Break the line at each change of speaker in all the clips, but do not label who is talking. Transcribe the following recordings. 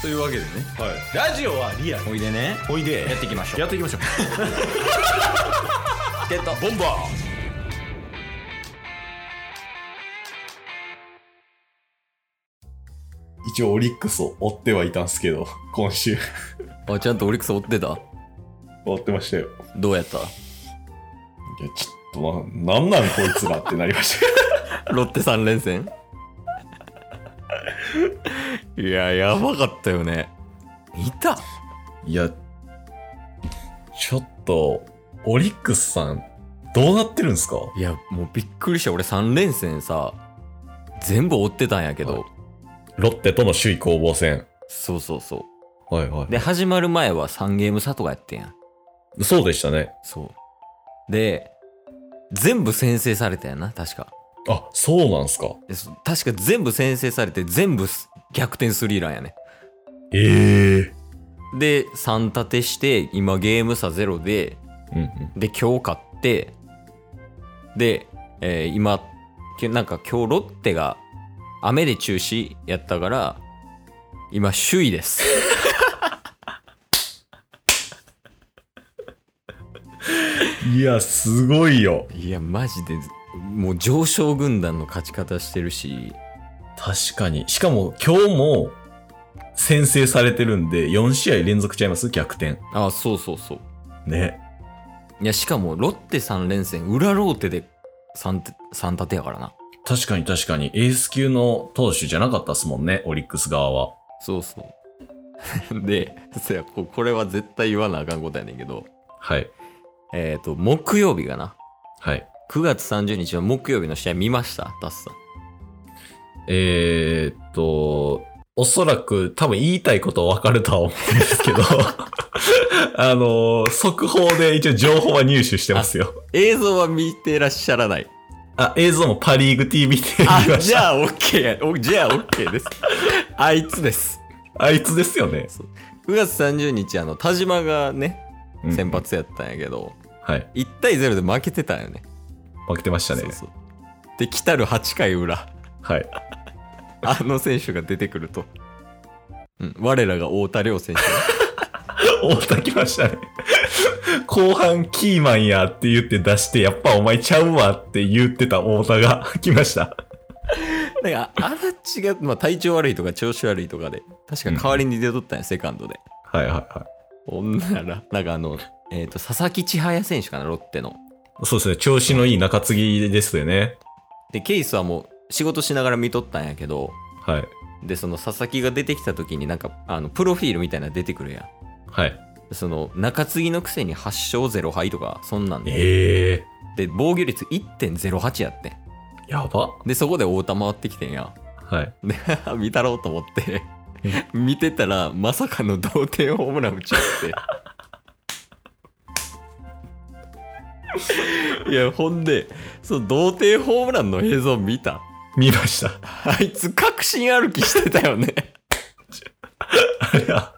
というわけでね
はい、ラジオはリアル
おいでね
おいで
やっていきましょう
やっていきましょう
ゲット
ボンバー一応オリックスを追ってはいたんすけど 今週
あちゃんとオリックス追ってた
追ってましたよ
どうやった
いやちょっとななんなんこいつらってなりました
ロッテ3連戦 いややばかったよね見た
いやちょっとオリックスさんどうなってるんすか
いやもうびっくりした俺3連戦さ全部追ってたんやけど、
はいロッテとの首位攻防戦
そうそうそ
はいは
うで始まる前は3ゲーム差とかやってんやん
いそうでしたね
そうで全部先制されたやんな確か
あそうなんすか
でそ確か全部先制されて全部す逆転スリーランやね
ええ
で3立てして今ゲーム差ゼロで
うんうん
で今日勝ってで、えー今けなんか今日ロッテが雨で中止やったから今首位です
いやすごいよ
いやマジでもう上昇軍団の勝ち方してるし
確かに。しかも今日も先制されてるんで、4試合連続ちゃいます逆転。
あそうそうそう
ね。
いやしかもロッテ3連戦裏ローテで 3, 三立てやからな
確かに確かに。エース級の投手じゃなかったっすもんね、オリックス側は。
そうそう。 で、そやここれは絶対言わなあかんことやねんけど、
はい。
えっ、と、木曜日がな、
はい。
9月30日の木曜日の試合見ましたダスさん。
えー、っと、おそらく多分言いたいことはわかるとは思うんですけど、 あの、速報で一応情報は入手してますよ。
映像は見てらっしゃらない。
あ、映像もパリーグ TV で見
あ、
まし
じ
た。
ゃあ OK や。おじゃあ OK です。 あいつです。
あいつですよね。
9月30日、あの、田島がね、
うん
先。発やったんやけど、
はい。
1対0で負けてたんよね。
負けてましたね
そう。そう。で、来たる8回 裏。
はい。
あの選手が出てくると。うん、我らが太田亮選手。
大田来ましたね。 後半キーマンやって言って出して、やっぱお前ちゃうわって言ってた大田が 来ました。
なんか、足立が、まあ、体調悪いとか調子悪いとかで、確か代わりに出とったんや、セカンドで。
はいはいは
ほんなら、なんかあの、 えっ、と、佐々木千早選手かな、ロッテの。
い。そうですね、調子のいい中継ぎですよね。
で、ケイスはもう、仕事しながら見とったんやけど、
はい。
で、その佐々木が出てきた時になんか、あの、プロフィールみたいなの出てくるやん。
はい。
でその、中継ぎのくせに8勝0敗とか、そんなんで。
ええ
で、防御率1.08やってん。
ー、やば。
で、そこで太田回ってきてんや。
はい。
で 見たろうと思って見てたらまさかの同点ホームラン打ち合っていやほんでその同点ホームランの映像見た
見ました。
あいつ確信歩きしてたよね
あれは、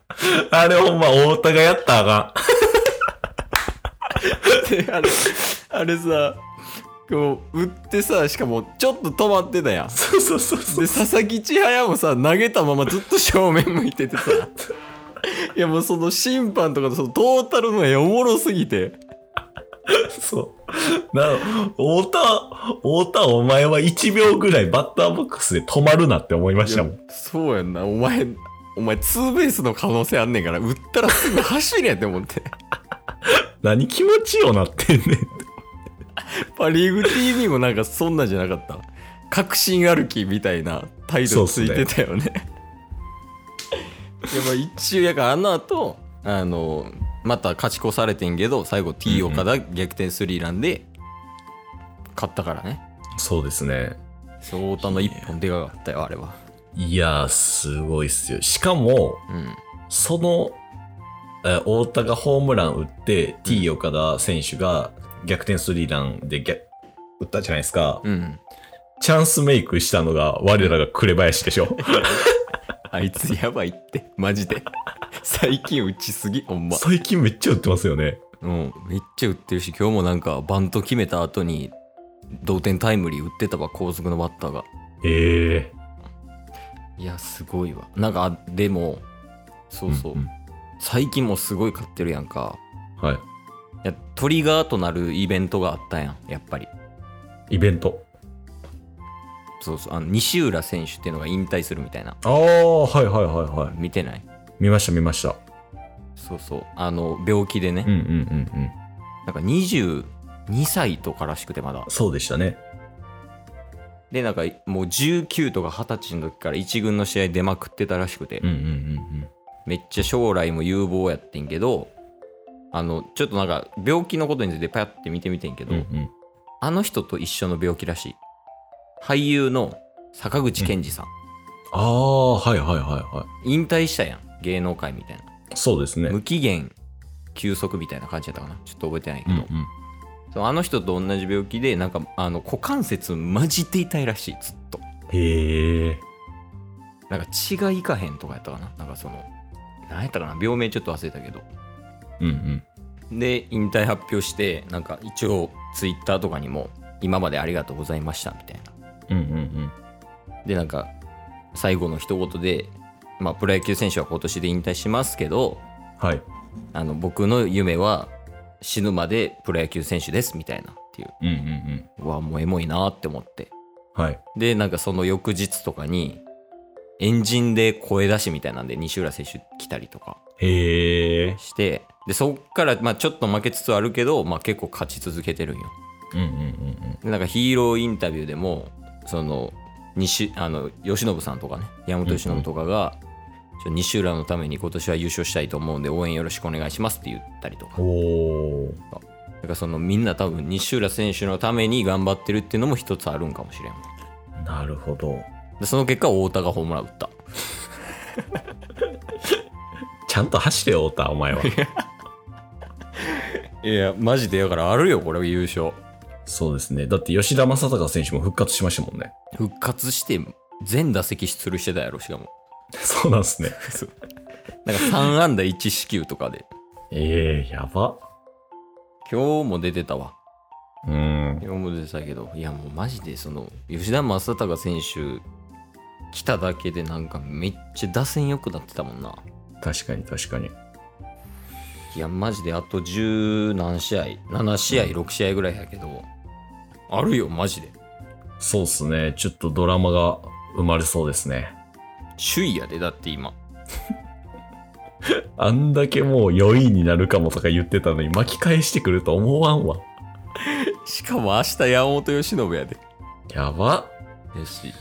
あれほんま大田がやったらあか
であれあれさこう打ってさしかもちょっと止まってたやん
ん。そうそうそうそう
で。佐々木千早もさ投げたままずっと正面向いててさいやもうその審判とかのそのトータルの絵おもろすぎて
そう。な、大田、大田お前は1秒ぐらいバッターボックスで止まるなって思いましたもん。
そうやんなお前お前ツーベースの可能性あんねんから打ったらすぐ走れって思って
何気持ちようなってんねん。
パ・リーグ TV もなんかそんなんじゃなかった確信歩きみたいな態度ついてたよねいやまあ一応やからあの後あのまた勝ち越されてんけど最後 T 岡田逆転スリーランで勝ったからね
そうですね。
そう太田の一本でかかったよあれはい
やー、すごいっすよ。しかも、
うん
その、えー太田がホームラン打って、T 岡田選手が逆転スリーランで逆打ったじゃないですか。
うん
チャンスメイクしたのが、我らが紅林でし ょ。
あいつやばいってマジで最近打ちすぎほんま
最近めっちゃ打ってますよね。
うん、めっちゃ打ってるし今日もなんかバント決めた後に同点タイムリー打ってたわ高速のバッターが
ええ
いやすごいわなんかあでもそうそう、
んん
最近もすごい買ってるやんか
はい
やトリガーとなるイベントがあったやんやっぱり
い。イベント。
そうそうあの西浦選手っていうのが引退するみたいな
ああ、はいはいはいはい。
見てない
見ました見ました。
そうそうあの病気でね、
うんうんうんうん。
なんか22歳とからしくてまだ
そうでしたね。
でなんかもう19とか20歳の時から1軍の試合出まくってたらしくて、
うんうんうん
めっちゃ将来も有望やってんけどあのちょっとなんか病気のことについてパヤって見てみてんけど、
うん。うんうん。
あの人と一緒の病気らしい俳優の坂口健二さん、
ああ、はいはいはいは
引退したやん芸能界みたいな、
い。そうですね。
無期限休息みたいな感じやったかなちょっと覚えてないけ
うんう
ど、
ん。
そうあの人と同じ病気でなんかあの股関節マジで痛いらしいずっと
へえ。
なんか血がいかへんとかやったかななんかその何やったかな病名ちょっと忘れたけど
うんうん。
で引退発表してなんか一応ツイッターとかにも「今までありがとうございました」みたいな
うんうんうん。
でなんか最後の一言で、まあ、プロ野球選手は今年で引退しますけど
はい。
あの僕の夢は死ぬまでプロ野球選手ですみたいなっていう
うんうんうん。
うわもうエモいなーって思って
はい。
でなんかその翌日とかにエンジンで声出しみたいなんで西浦選手来たりとか
へえ。
してでそっから、まあ、ちょっと負けつつあるけど、まあ、結構勝ち続けてるんよ
うんうんうん
でなんかヒーローインタビューでもその西あの由伸さんとかね山本由伸とかが、ちょ西浦のために今年は優勝したいと思うんで応援よろしくお願いしますって言ったりとか
うん。おお。
だからそのみんな多分西浦選手のために頑張ってるっていうのも一つあるんかもしれん
なるほど。
でその結果太田がホームラン打った
ちゃんと走れよ、太田、お前は。
いやマジでだからあるよこれ優勝
そうですね。だって吉田正尚選手も復活しましたもんね。
復活して全打席出塁してたやろしかも
そうなんですね。
なんか3安打1四球とかで
ええやば。
今日も出てたわ
うん。
今日も出てたけどいやもうマジでその吉田正尚選手来ただけでなんかめっちゃ打線良くなってたもんな
確かに確かに。
いやマジであと十何試合7試合6試合ぐらいやけどあるよマジで
そうっすね。ちょっとドラマが生まれそうですね。
首位やでだって今
あんだけもう4位になるかもとか言ってたのに巻き返してくると思わんわ。
しかも明日山本由伸やで
やば。
よし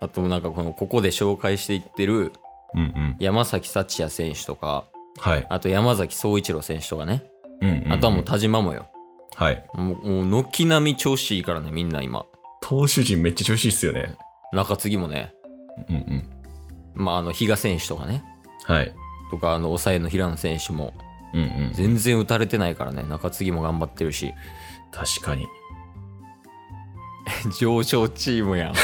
あとなんかこのここで紹介していってる
うんうん。
山崎幸也選手とか
はい。
あと山崎総一郎選手とかね
うんうん、
あとはもう田島もよ、
はい。
もうもう軒並み調子いいからねみんな今
投手陣めっちゃ調子いいっすよね。
中継ぎもね
うんうん。
まああの比嘉選手とかね
はい。
とかあの抑えの平野選手も
うんうん。
全然打たれてないからね中継ぎも頑張ってるし
確かに。
上昇チームやん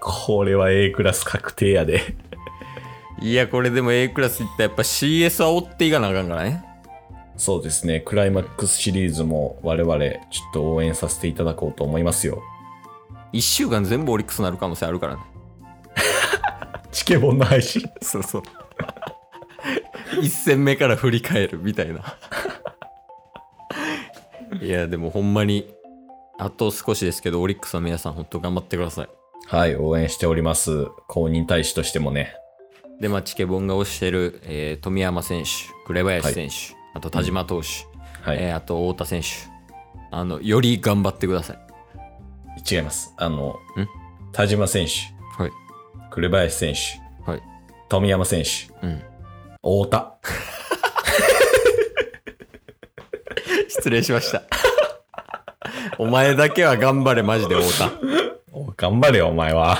これは A クラス確定やで。
いやこれでも A クラスいったらやっぱ CS は追っていかなあかんからね
そうですね。クライマックスシリーズも我々ちょっと応援させていただこうと思いますよ。
1週間全部オリックスになる可能性あるからね
チケボンの配信。
そうそう。 一戦目から振り返るみたいな。いや、でもほんまに、あと少しですけど、オリックスの皆さん、本当頑張ってください。
はい、応援しております。公認大使としてもね。
で、まあ、チケボンが推してる、えー富山選手、紅林選手、あと田島投手、
はい。
えーあと太田選手、あの、より頑張ってください。
違います。あの
ん、
田島選手、
はい。
紅林選手、
はい。
富山選手、
うん。
太田。
失礼しました。 お前だけは頑張れ、マジで太田。
お頑張れよ、お前は。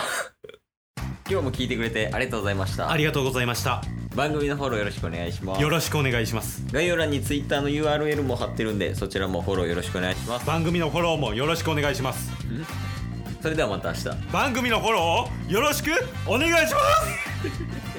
今日も聞いてくれてありがとうございました
あ。りがとうございました。
番組のフォローよろしくお願いします
よ。ろしくお願いします。
概要欄に Twitter の URL も貼ってるんでそちらもフォローよろしくお願いします
番組のフォローもよろしくお願いします。
それではまた明日
番組のフォローをよろしくお願いします